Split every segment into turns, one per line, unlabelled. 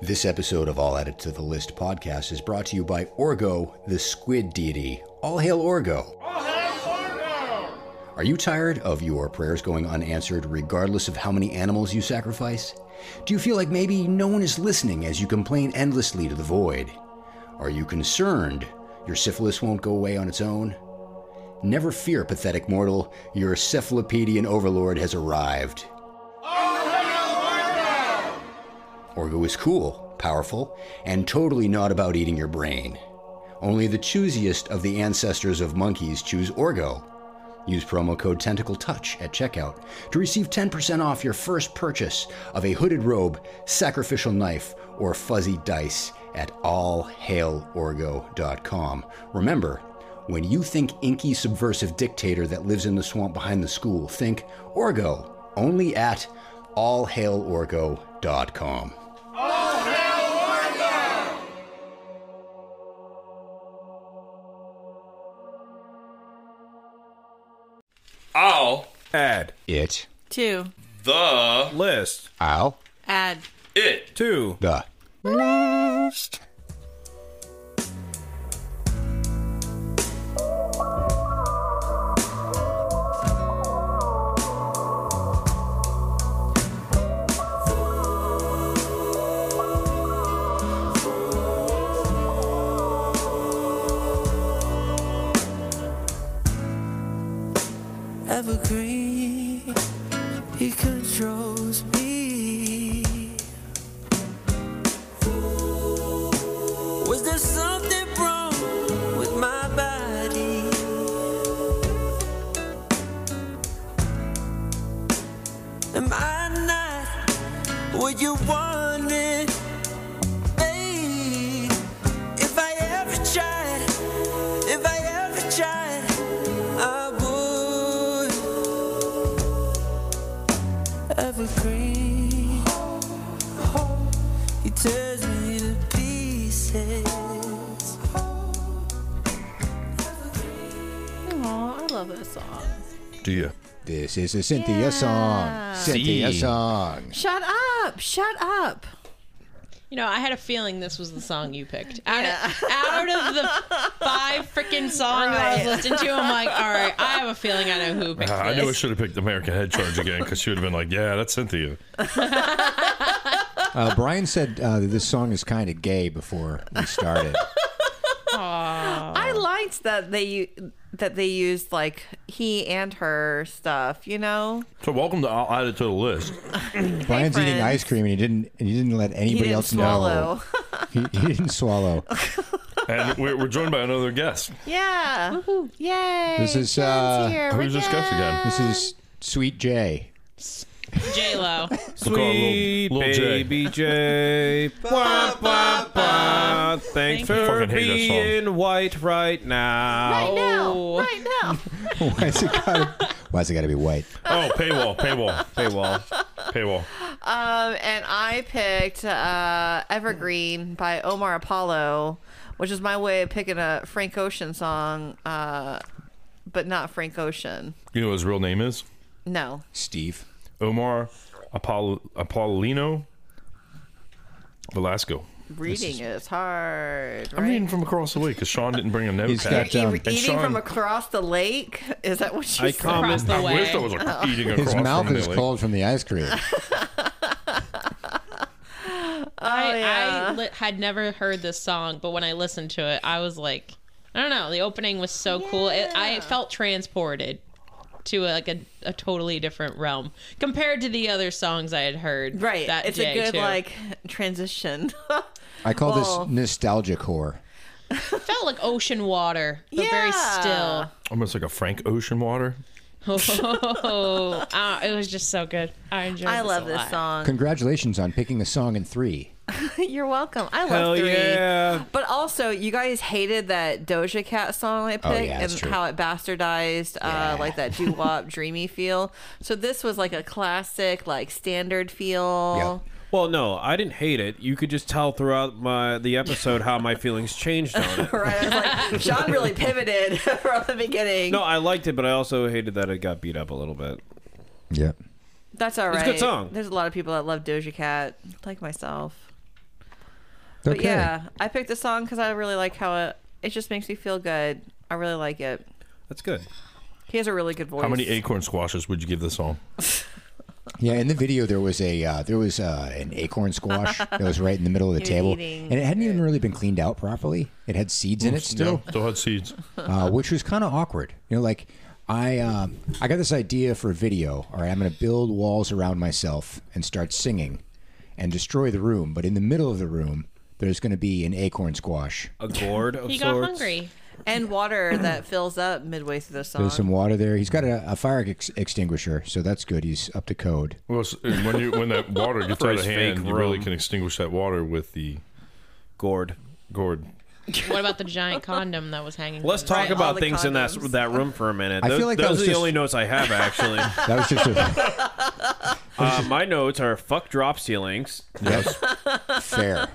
This episode of All Added to the List podcast is brought to you by Orgo, the squid deity. All hail Orgo! Are you tired of your prayers going unanswered regardless of how many animals you sacrifice? Do you feel like maybe no one is listening as you complain endlessly to the void? Are you concerned your syphilis won't go away on its own? Never fear, pathetic mortal, your cephalopedian overlord has arrived. Orgo is cool, powerful, and totally not about eating your brain. Only the choosiest of the ancestors of monkeys choose Orgo. Use promo code TentacleTouch at checkout to receive 10% off your first purchase of a hooded robe, sacrificial knife, or fuzzy dice at allhailorgo.com. Remember, when you think inky subversive dictator that lives in the swamp behind the school, think Orgo, only at allhailorgo.com.
All
Add
It,
Two.
the
list
I'll,
Add.
it.
to
the.
evergreen. He controls me. Was there something wrong with my body? Am I not what you wanted? Babe, if I ever tried, if I ever tried, I would evergreen. He tears me to pieces.
Aw, I love this song.
Do you?
This is a Cynthia song. Cynthia
See.
song.
Shut up! Shut up!
You know, I had a feeling this was the song you picked. Out, of, out of the five freaking songs I was
Right.
listening to, I'm like, all right, I have a feeling I know who picked
Uh, Ah, I
this.
knew I should have picked American Head Charge again because she would have been like, "Yeah, that's Cynthia."
Uh, Brian said uh, that this song is kind of gay before we started.
I liked that they u- that they used like he and her stuff. You know,
So welcome to I'll add it to the list.
Brian's eating
friends.
ice cream and he didn't and he didn't let
he
anybody
didn't
else
swallow.
know. He, he didn't swallow.
And we're, we're joined by another guest.
yeah. Yay!
This is,
Jen's
uh,
here.
Who's
We're
this guest again?
This is Sweet J.
J Lo.
We'll call it Lil- Lil J.
baby J. Wah, wah, wah. Thanks for
Fucking hate that song.
being white right now.
Right
Oh.
now, right now.
Why's it gotta, why's it gotta be white?
Oh, paywall, paywall, paywall, paywall.
Um, and I picked uh, "Evergreen" by Omar Apollo, which is my way of picking a Frank Ocean song, uh, but not Frank Ocean.
You know what his real name is
No,
Steve.
Omar Apollo Apollino Velasco.
reading is hard.
I'm
right?
reading from across the way because Sean didn't bring a
He's
notepad.
got
E-
um,
eating
Sean-
from across the lake? Is that what you
I
said?
comment.
the
I wish
way.
I was like, eating across
Oh. his mouth
from
is
the lake.
cold from the ice cream.
I,
Oh, yeah.
I li- had never heard this song, but when I listened to it, I was like, I don't know. The opening was so cool. It, I felt transported to like a, a totally different realm compared to the other songs I had heard.
Right.
That
it's
day,
a good
too.
like transition.
I call
Well-
this nostalgic whore.
felt like ocean water, but very
Yeah.
still.
Almost like a Frank Ocean water.
Oh, uh, it was just so good. I enjoyed.
I
this
love
a
this
lot.
song.
Congratulations on picking a song in three.
You're welcome. I love
Hell
three.
yeah.
But also, you guys hated that Doja Cat song I picked
Oh, yeah,
and
that's true.
how it bastardized uh, like that doo wop dreamy feel. So this was like a classic, like standard feel.
Well, no, I didn't hate it. You could just tell throughout my the episode how my feelings changed on it.
Right? I was like, John really pivoted from the beginning.
No, I liked it, but I also hated that it got beat up a little bit.
Yep.
That's all right.
a good song.
There's a lot of people that love Doja Cat, like myself. But yeah, I picked this song because I really like how it. It just makes me feel good. I really like it.
That's good.
He has a really good voice.
How many acorn squashes would you give this song?
Yeah, in the video there was a uh, there was uh, an acorn squash that was right in the middle of the
He was
table,
eating
and it hadn't even really been cleaned out properly. It had seeds in it still,
Yeah, still had seeds.
uh, which was kind of awkward. You know, like I um, I got this idea for a video. All right, I'm going to build walls around myself and start singing, and destroy the room. But in the middle of the room, there's going to be an acorn squash.
A gourd of
He got
sorts.
hungry.
and water that fills up midway through the song.
There's some water there. He's got a, a fire ex- extinguisher, so that's good. He's up to code.
Well, s- when you when that water gets out of
his fake
hand, you really
rum.
can extinguish that water with the
Gourd.
gourd.
What about the giant condom that was hanging?
Let's
from
talk
Right, all
about
the
things in that
condoms.
that room for a minute.
I
Those,
feel like that
those
was
are the
just-
only notes I have actually.
That was just a
uh, my notes are fuck drop ceilings.
yes, fair.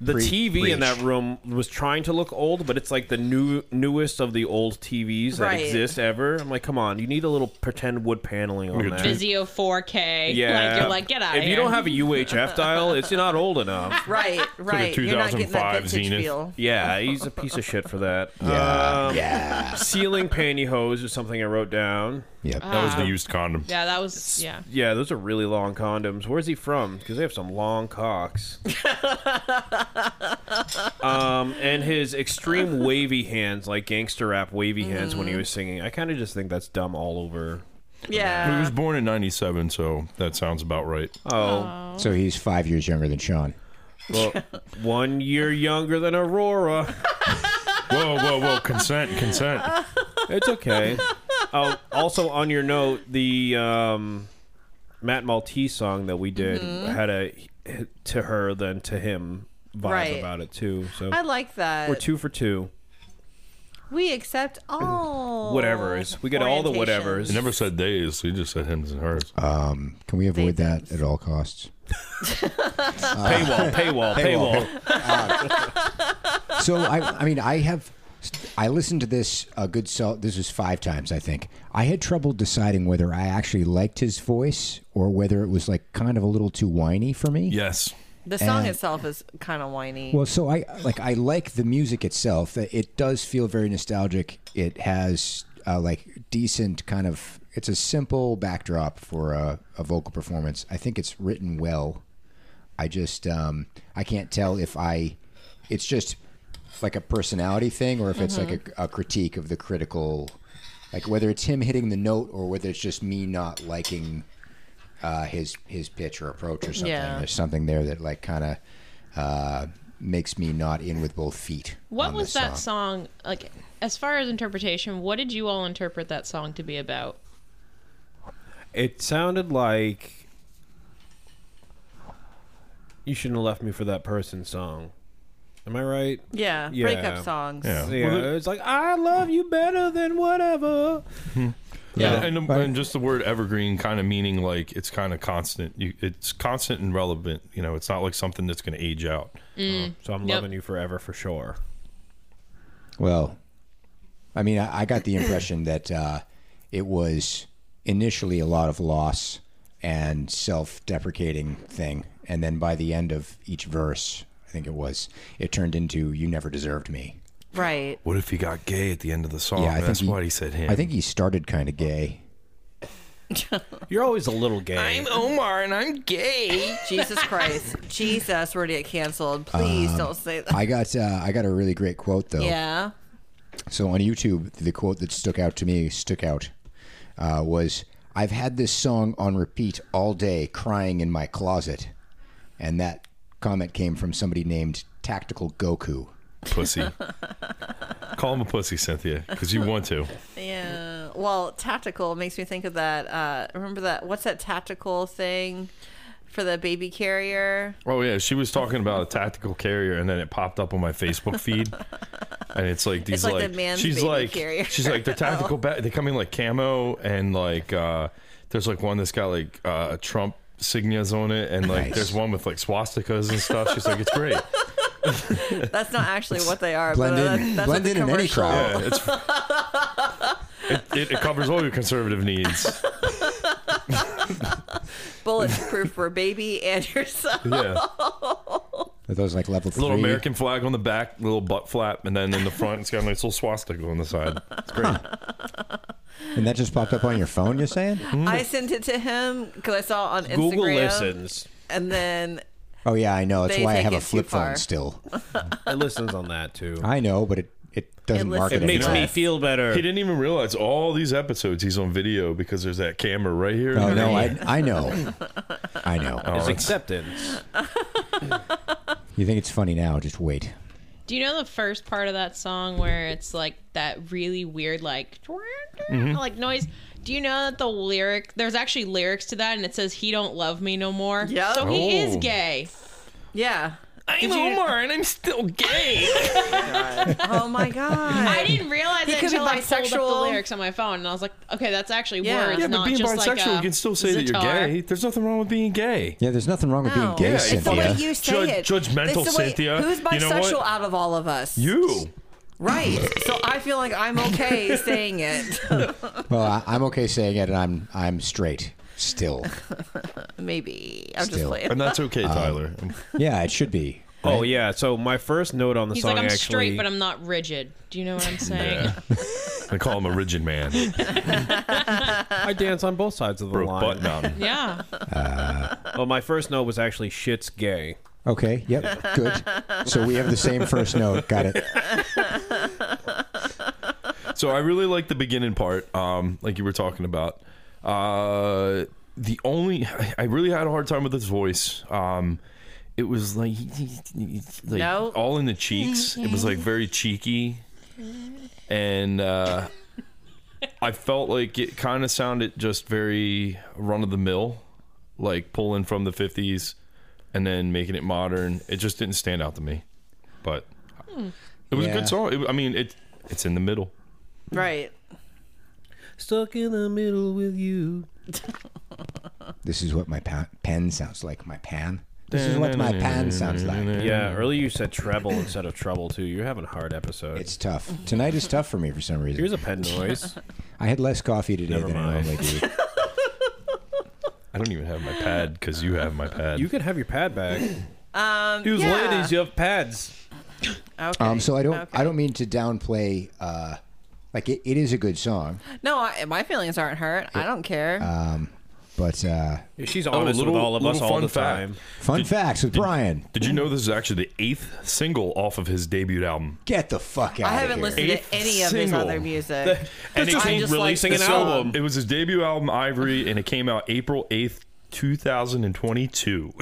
The
Pre-
TV in that
preach.
room was trying to look old, but it's like the new newest of the old TVs that
Right.
exist ever. I'm like, come on, you need a little pretend wood paneling on
Look at
that.
the Vizio 4K.
Yeah,
Like, you're like, get out
If
of here.
you don't have a UHF dial, it's not old enough.
right, right. You're not getting
2005
that vintage
Zenith.
feel.
Yeah, he's a piece of shit for that. Um,
Yeah, yeah,
Ceiling pantyhose is something I wrote down.
yep.
That was the used condom.
Yeah, that was. Yeah.
Yeah, those are really long condoms. Where's he from? Because they have some long cocks. um, and his extreme wavy hands, like gangster rap wavy hands,
Mm-hmm.
when he was singing. I kind of just think that's dumb all over.
He
Yeah.
was born in '97, so that sounds about right.
Oh,
So he's five years younger than Sean.
well, one year younger than Aurora.
Whoa, whoa, whoa! Consent, consent.
It's okay. oh, also on your note, the um, Matt Maltese song that we did
Mm-hmm.
had a to her than to him vibe
Right.
about it too. So
I like that.
we're two for two.
we accept all
whatevers. We get all the
orientations.
whatevers.
He never said days. He just said hims and hers.
Uh-huh. Can we avoid
They
that at all costs?
Uh, paywall, paywall, paywall.
So I, I mean, I have, I listened to this a good so. This was five times, I think. I had trouble deciding whether I actually liked his voice or whether it was like kind of a little too whiny for me.
yes.
The song
And-
itself is kind of whiny.
Well, so I like I like the music itself. It does feel very nostalgic. It has uh, like decent kind of. It's a simple backdrop for a, a vocal performance. I think it's written well. I just um, I can't tell if I. It's just like a personality thing, or if it's like a, a critique of the critical, like whether it's him hitting the note or whether it's just me not liking uh, his his pitch or approach or something.
Yeah.
There's something there that like kind of uh, makes me not in with both feet.
What
on
was
this
that song? Like, as far as interpretation, what did you all interpret that song to be about?
It sounded like you shouldn't have left me for that person song. Am I right?
yeah,
Yeah.
breakup songs.
Yeah.
Yeah, it's like I love you better than whatever.
Yeah, and, and, just the word evergreen kind of meaning like it's kind of constant. You, it's constant and relevant. You know, it's not like something that's going to age out.
Oh, So I'm
Mm. Yep.
loving you forever for sure.
Well, I mean, I, I got the impression that uh, it was initially a lot of loss and self-deprecating thing, and then by the end of each verse, I think it was, it turned into "You never deserved me."
Right.
What if he got gay at the end of the song?
Yeah, I think
Oh, that's
he-
why he said him.
I think he started kind of gay.
You're always a little gay.
Omar and I'm gay.
Jesus Christ. Jesus, we're gonna get canceled. Please
Um,
don't say that.
I got uh, I got a really great quote though.
yeah.
So on YouTube, the quote that stuck out to me stuck out uh, was I've had this song on repeat all day, crying in my closet, and that comment came from somebody named Tactical Goku.
pussy. Call him a pussy, Cynthia, because you want to.
Yeah. Well, tactical makes me think of that. Uh, remember that? What's that tactical thing for the baby carrier?
Oh yeah, she was talking about a tactical carrier, and then it popped up on my Facebook feed, and it's like these
like
like,
the man's
she's
baby
like
carrier. Oh.
she's like they're tactical. Ba- they come in like camo, and like uh, there's like one that's got like uh, Trump signas on it, and like
Nice.
there's one with like swastikas and stuff. She's like, it's great.
That's not actually what they are.
Blend
but
in-
that- Uh, that's
blend
what the
in in any
commercial-
crowd.
Yeah, it's, it, it, it covers all your conservative needs.
Bulletproof for baby and yourself.
Yeah.
Are those like level three?
Little American flag on the back, little butt flap, and then in the front, it's got a nice little swastika on the side. It's great.
And that just popped up on your phone, you're saying?
I sent it to him because I saw on Instagram.
Google listens.
And then
Oh, yeah, I know. That's
They
why I
take
have
it
a
too
flip phone
far.
still.
It listens on that too.
I know, but it, it doesn't
listens
market
It
Makes
anymore.
me feel better.
He didn't even realize all these episodes he's on video because there's that camera right here.
Oh, no, I, I know. I know.
It's acceptance.
You think it's funny now? Just wait.
Do you know the first part of that song where it's like that really weird like
Mm-hmm.
like noise? Do you know that the lyric there's actually lyrics to that and it says he don't love me no more.
Yep.
So he is
Oh.
gay.
yeah.
I'm Omar and I'm still gay.
Oh my god.
I didn't realize it
could be
until I pulled up the
bisexual.
lyrics on my phone and I was like, okay, that's actually
Yeah.
words,
Yeah,
but
not
being
just
bisexual,
like a
you can still say that
guitar.
you're gay. There's nothing wrong with being gay.
Yeah, there's nothing wrong with
No.
being gay,
Yeah, it's
It's the way
Cynthia.
you say it.
Judge- judgmental,
It's the way-
Cynthia.
Who's
You know what?
bisexual out of all of us?
You.
Right. So I feel like I'm okay saying it.
Well, I, I'm okay saying it, and I'm I'm straight still.
Maybe. I'm just
Still.
playing.
And that's okay,
Uh,
Tyler.
Yeah, it should be.
Oh yeah. So my first note on the
He's
song
like, I'm
actually.
straight, but I'm not rigid. Do you know what I'm saying?
Yeah. I call him a rigid man.
I dance on both sides of the
Broke
line.
butt mountain.
Yeah.
Well, my first note was actually shit's gay.
Okay. Yep. Good. So we have the same first note. Got it.
So I really like the beginning part, um, like you were talking about. Uh, the only I really had a hard time with his voice. Um, it was like, like
No.
all in the cheeks. It was like very cheeky, and uh, I felt like it kind of sounded just very run of the mill, like pulling from the fifties and then making it modern. It just didn't stand out to me, but it was a
Yeah.
good song. It, I mean, it it's in the middle.
Right.
Stuck in the middle with you.
This is what my pa- pen sounds like. My pan. This is what my pan sounds like.
Yeah, earlier you said treble instead of trouble too. You're having a hard episode.
It's tough. Tonight is tough for me for some
Here's
reason.
a pen noise.
I had less coffee today
Never
than I
mind.
normally do.
I don't even have my pad because you have my pad.
you can have your pad back.
Um,
Dudes,
yeah.
ladies, you have pads.
Okay.
Um, so I don't.
Okay.
I don't mean to downplay. Uh, like it, it is a good song,
No, I, my feelings aren't hurt. I don't care.
Uh, but uh,
She's
Oh,
honest
little-
with all of us
little
all
fun
the
fact.
time.
fun facts with Brian.
Did you know this is actually the eighth single off of his debut album?
Get the fuck out.
I haven't
here.
listened
Eighth
to any of his
single.
other music.
And
just
came-
him releasing
like
an
the song.
album.
It was his debut album, Ivory, and it came out April eighth, two thousand and twenty-two.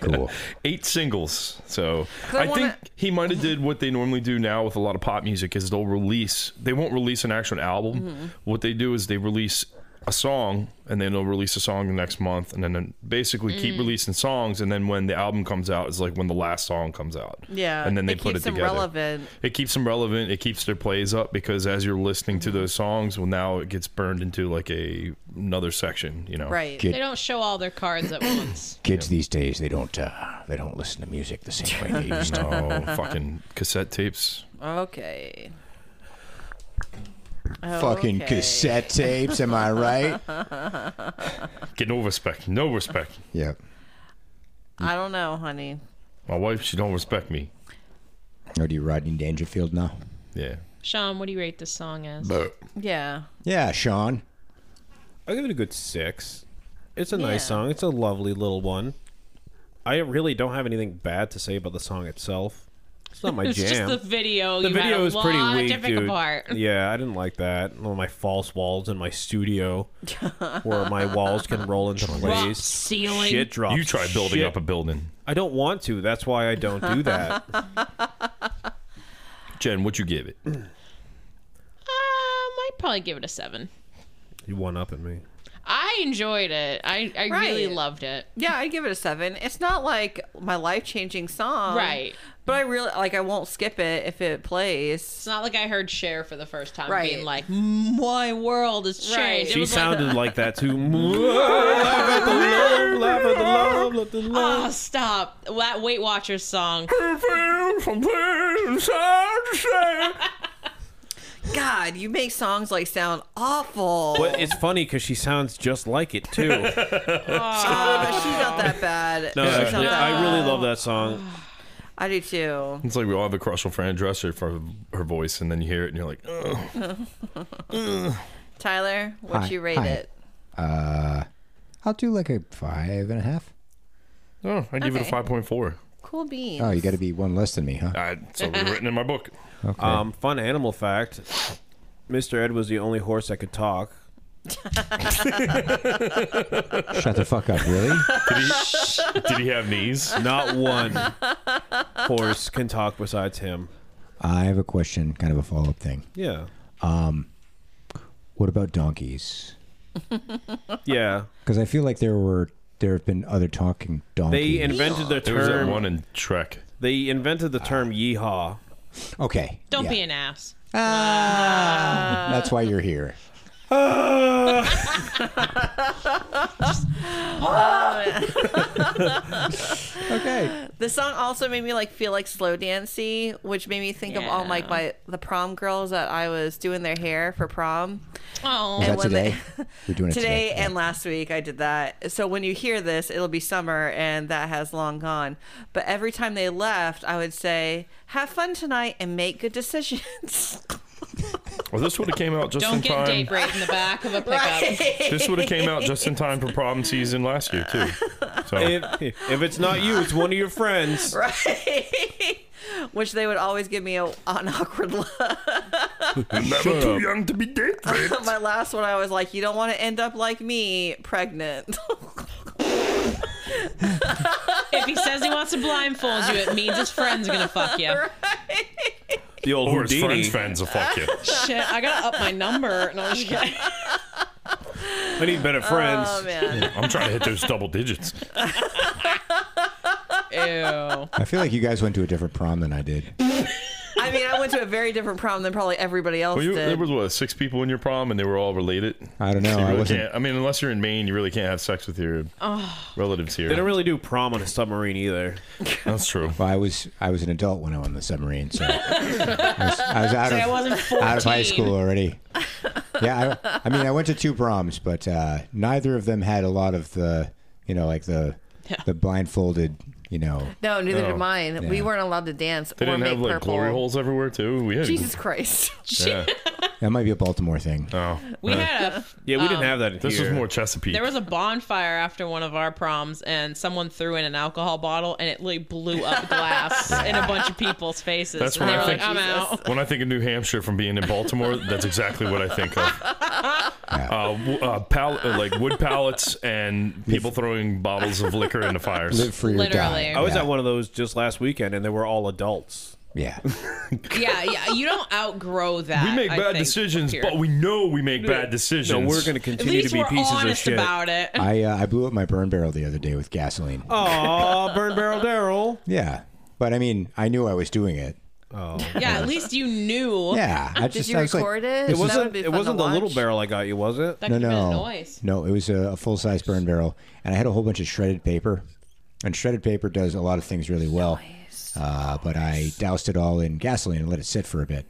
Cool.
Eight singles. So
I
I, think
wanna-
he might have did what they normally do now with a lot of pop music is they'll release. They won't release an actual album.
Mm-hmm.
What they do is they release a song and then they'll release a song the next month and then basically
Mm.
keep releasing songs and then when the album comes out is like when the last song comes out
Yeah,
and then they
it
put
keeps
it
them
together
relevant.
it keeps them relevant. It keeps their plays up because as you're listening
Mm-hmm.
to those songs, well, now it gets burned into like a another section. You know,
right.
Get-
They don't show all their cards at once.
Kids these days, they don't. Uh, they don't listen to music the same way they used to.
Oh, fucking cassette tapes.
Okay.
Fucking
Okay.
cassette tapes, am I right?
Get no respect. No respect.
yep.
I don't know, honey.
My wife, she don't respect me.
Or Oh, do you Rodney Dangerfield now?
Yeah.
Sean, what do you rate this song as?
Yeah.
Yeah, Sean.
I'll give it a good six. It's a nice
Yeah.
song. It's a lovely little one. I really don't have anything bad to say about the song itself. It's not my
It's
jam.
just the video.
The
you had
video
a
is pretty
lot
weak,
to pick
dude.
apart.
Yeah, I didn't like that. All my false walls in my studio, where my walls can roll into place.
ceiling.
Shit drops.
You try building
Shit.
up a building.
I don't want to. That's why I don't do that.
Jen, what you give it?
Um, I'd probably give it a seven.
you one up at me.
I enjoyed it. I, I really
Right.
loved it.
Yeah, I give it a seven. It's not like my life changing song.
Right.
But I really like I won't skip it if it plays.
It's not like I heard Cher for the first time
Right.
being like, "My world has changed."
Right.
It
She
was
sounded
like,
like, that too. Laugh at the love, laugh at the love, let the love.
"Oh, stop!" That Weight Watchers song.
God, you make songs like sound awful.
But it's funny because she sounds just like it too. No,
Uh, she's not that bad.
actually,
she's not that
I really love that song.
I do too.
It's like we all have a crush on Fran Dresser for her voice, and then you hear it, and you're like, Ugh.
Tyler, what
Hi,
you rate
hi.
it?
Uh, I'll do like a five and a half.
oh, I give it
Okay.
a five point four.
Cool beans.
Oh, you got to be one less than me, huh?
It's already written in my book.
Okay.
Um, fun animal fact: Mr. Ed was the only horse that could talk.
Shut the fuck up, really?
Did he, did he have knees?
Not one horse can talk besides him.
I have a question, kind of a follow up thing.
Yeah,
What about donkeys?
yeah.
Because I feel like there were there have been other talking donkeys.
They invented the
There was that
term.
one in Trek.
They invented the term "yeehaw."
okay.
Don't
yeah.
be an ass.
That's why you're here. okay.
This song also made me like feel like slow dancey, which made me think of all like
Yeah.
my the prom girls that I was doing their hair for prom
Is
Oh,
that
when they-
today? We're doing it
today
today.
and last week. I did that. So when you hear this, it'll be summer and that has long gone. But every time they left, I would say, "Have fun tonight and make good decisions."
Well, this would have came out just in
don't get
time.
date rape in the back of a pickup.
This would have came out just in time for prom season last year too. So
If, if it's not you, it's one of your friends.
which they would always give me a, an awkward look.
never too young to be dead.
my last one, I was like, "You don't want to end up like me, pregnant."
if he says he wants to blindfold you, it means his friend's gonna fuck you.
The old
Or his
Houdini.
friends' fans will fuck you.
Shit, I gotta up my number. No, I'm just kidding.
I need better friends.
Oh man,
I'm trying to hit those double digits.
Ew.
I feel like you guys went to a different prom than I did.
I mean, I went to a very different prom than probably everybody else
Well, you,
did.
there was what six people in your prom, and they were all related.
I don't know.
So you
I
really
wasn't.
can't- I mean, unless you're in Maine, you really can't have sex with your relatives here.
They don't really do prom on a submarine either.
That's true.
Well, I was I was an adult when I went on the submarine, so I was, I was out
I
of
wasn't 14.
out of high school already. Yeah, I, I mean, I went to two proms, but uh, neither of them had a lot of the, you know, like the the blindfolded, you know.
No, neither
Oh.
did mine. We
Yeah.
weren't allowed to dance
They
or
didn't
make
have like
purple.
glory holes everywhere too. We had,
Jesus Christ!
Yeah.
That might be a Baltimore thing.
Oh,
We had a
Yeah, we
Um,
didn't have that in
this
here.
was more Chesapeake.
there was a bonfire after one of our proms, and someone threw in an alcohol bottle, and it like blew up glass in a bunch of people's faces.
That's
and they
when
were
I
like,
think-
"I'm out."
When I think of New Hampshire from being in Baltimore, that's exactly what I think of. Uh, w- uh, pal- uh, like wood pallets and people throwing bottles of liquor into fires.
Live free or die.
Literally.
I was
yeah.
at one of those just last weekend, and they were all adults.
Yeah.
Yeah, yeah. You don't outgrow that.
we make
I
bad
think,
decisions,
here.
but we know we make bad decisions.
No, we're going to
at
continue to
least
be
we're
pieces of
honest
shit.
about it.
I uh, I blew up my burn barrel the other day with gasoline.
Aw, burn barrel Daryl.
Yeah, but I mean, I knew I was doing it.
Yeah, at least you knew.
Yeah, I
Did
just
you
I was like,
record it?
It wasn't.
would be
It
fun to
wasn't the little
watch.
barrel I got you, was it?
That
no,
could have
no,
been a noise.
no. It was a, a full size burn barrel, and I had a whole bunch of shredded paper, and shredded paper does a lot of things really well. Uh, but I doused it all in gasoline and let it sit for a bit,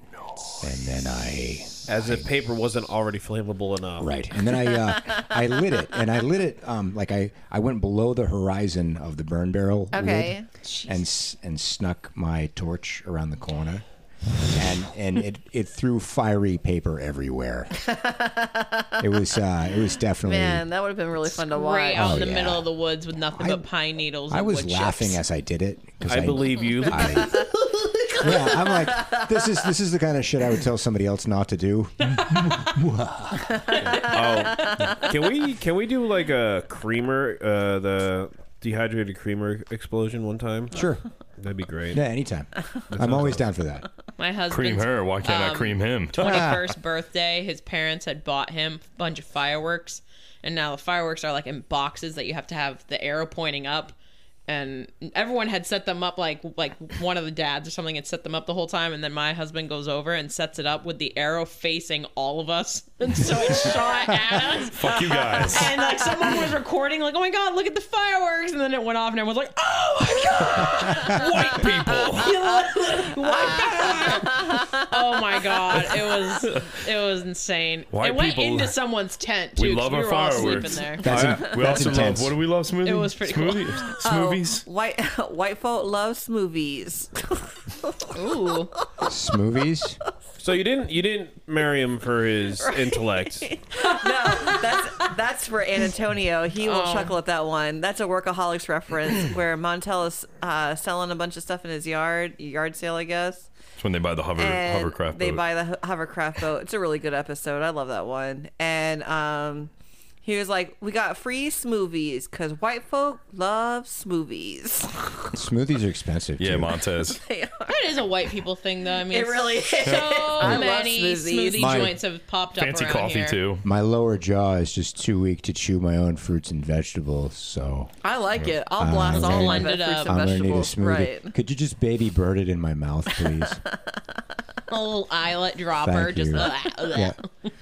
and then I
As if paper wasn't already flammable enough.
right, and then I uh, I lit it, and I lit it um, like I I went below the horizon of the burn barrel, lid
Okay.
and s- and snuck my torch around the corner. And and it, it threw fiery paper everywhere. it was uh, it was definitely
Man, that would have been really fun to watch.
Right out in the
yeah.
middle of the woods with nothing
I-
but pine needles.
I
and
was
wood
laughing
chips.
as I did it because
I believe you.
yeah, I'm like, this is this is the kind of shit I would tell somebody else not to do.
Oh. Can we can we do like a creamer uh the dehydrated creamer explosion one time?
Sure.
That'd be great.
Yeah, anytime. I'm always down for that.
Oh,
My
cream
husband's
her. Why can't
Um,
I cream him?
21st birthday, his parents had bought him a bunch of fireworks, and now the fireworks are like in boxes that you have to have the arrow pointing up. And everyone had set them up like like one of the dads or something had set them up the whole time, and then my husband goes over and sets it up with the arrow facing all of us, and so it shot at us.
Fuck you guys.
And like someone was recording, like, "Oh my god, look at the fireworks!" And then it went off, and everyone was like, "Oh my
White people.
Oh my god, it was it was insane.
White
it went
people-
into someone's tent too.
We
'cause
love
we
our
were all
fireworks.
sleeping there.
That's, in-
we
that's
also
intense.
love. What do we love? Smoothie.
It was pretty cool. Oh.
Smoothie? Smoothies.
White white folk love smoothies.
Ooh,
Smoothies.
So you didn't you didn't marry him for his intellect.
no, that's that's for Antonio. He will chuckle at that one. That's a workaholics reference where Montel is uh, selling a bunch of stuff in his yard, yard sale, I guess.
That's when they buy the hover
Eh,
and
hovercraft
they
boat.
buy the ho- hovercraft boat it's a really good episode i love that one and um he was like we got free smoothies because white folk love smoothies
Smoothies are expensive.
yeah,
too.
Montez.
that is a white people thing, though. I mean,
it really is
so
love
many
smoothies.
smoothie
My-
joints have popped up.
Fancy
around
coffee
here.
too.
My lower jaw is just too weak to chew my own fruits and vegetables, so
i like it i'll
Uh,
blast all my
Blend it
fruits
up.
I'm
and
gonna need a
vegetables
smoothie.
right
Could you just baby bird it in my mouth, please?
A little eyelet
Thank
dropper,
you.
just bleh, bleh.
yeah,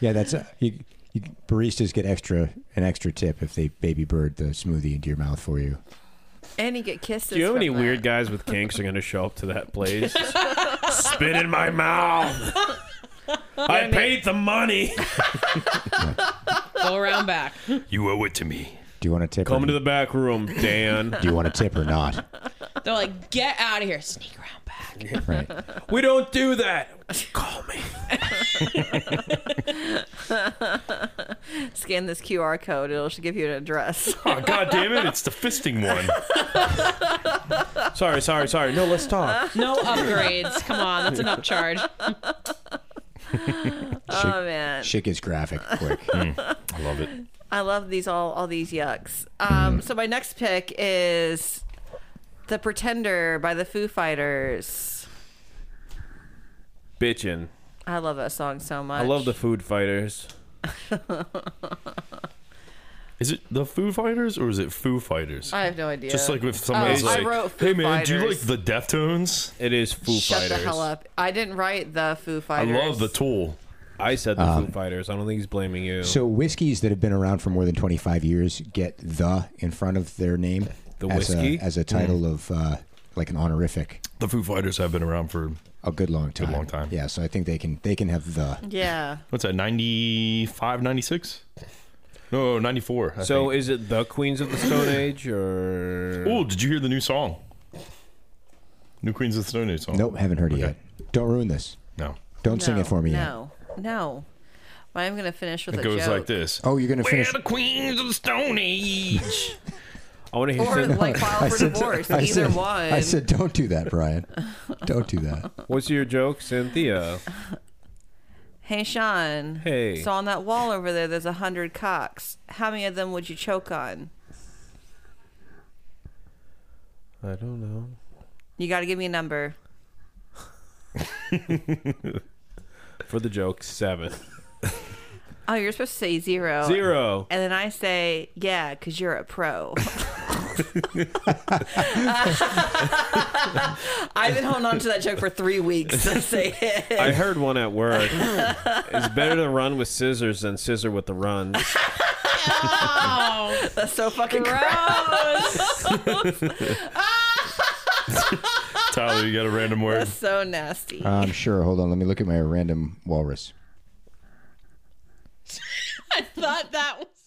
yeah. That's a, you, you, baristas get extra an extra tip if they baby bird the smoothie into your mouth for you.
and you get kisses
Do you know how
from
many
that.
weird guys with kinks are going to show up to that place? Spit in my mouth. I paid the money.
go around back.
You owe it to me.
Do you want a tip?
Come
or,
into the back room, Dan.
Do you want a tip or not?
They're like, get out of here, sneak around back.
Right.
We don't do that. Call me.
scan this qr code it'll should give you an address
Oh, God damn it! It's the fisting one.
Sorry, sorry, sorry. No, let's talk.
Uh-huh.
No upgrades. Come on, that's an upcharge.
oh man
Shit gets graphic quick.
I love it.
I love these all all these yucks. Um, so my next pick is "The Pretender" by the Foo Fighters.
Bitchin'.
I love that song so much.
I love the food fighters.
Is it the Foo Fighters or is it Foo Fighters?
I have no idea.
Just like if someone's
Oh, Uh, I
like,
wrote Foo
"Hey man, do you like
Fighters."
the Deftones?"
It is Foo
shut
Fighters.
the hell up. I didn't write the Foo
I
Fighters.
love the Tool.
I said the
Um,
Foo Fighters. I don't think he's blaming you.
So whiskeys that have been around for more than 25 years get the in front of their name
The
as a,
whiskey?
as a title of uh, like an honorific.
The Foo Fighters have been around for
A good long time.
long time.
Yeah, so I think they can they can have the
yeah.
what's that 95 96 no 94 I
So
think.
is it the Queens of the Stone Age or
oh did you hear the new song new queens of the stone age song
Nope, haven't heard it
Okay.
yet. Don't ruin this.
no
Don't sing
No,
it for me yet.
No, no. Well, I'm gonna finish with
it
a
goes
joke.
like this
Oh, you're gonna
We're
finish.
the queens of the Stone Age.
I want to hear
Or
some-
like file for divorce.
I
Either
said,
one.
I said, don't do that, Brian. Don't do that.
What's your joke, Cynthia?
hey Sean.
Hey.
So on that wall over there, there's a hundred cocks. How many of them would you choke on?
I don't know.
You got to give me a number.
For the joke, seven.
Oh, you're supposed to say zero.
Zero.
And then I say, yeah, because you're a pro. I've been holding on to that joke for three weeks to say it.
I heard one at work. it's better to run with scissors than scissor with the runs.
Oh,
That's so fucking gross.
gross.
tyler you got a random word
That's so nasty.
Um, sure. Hold on. Let me look at my random walrus.
I thought that was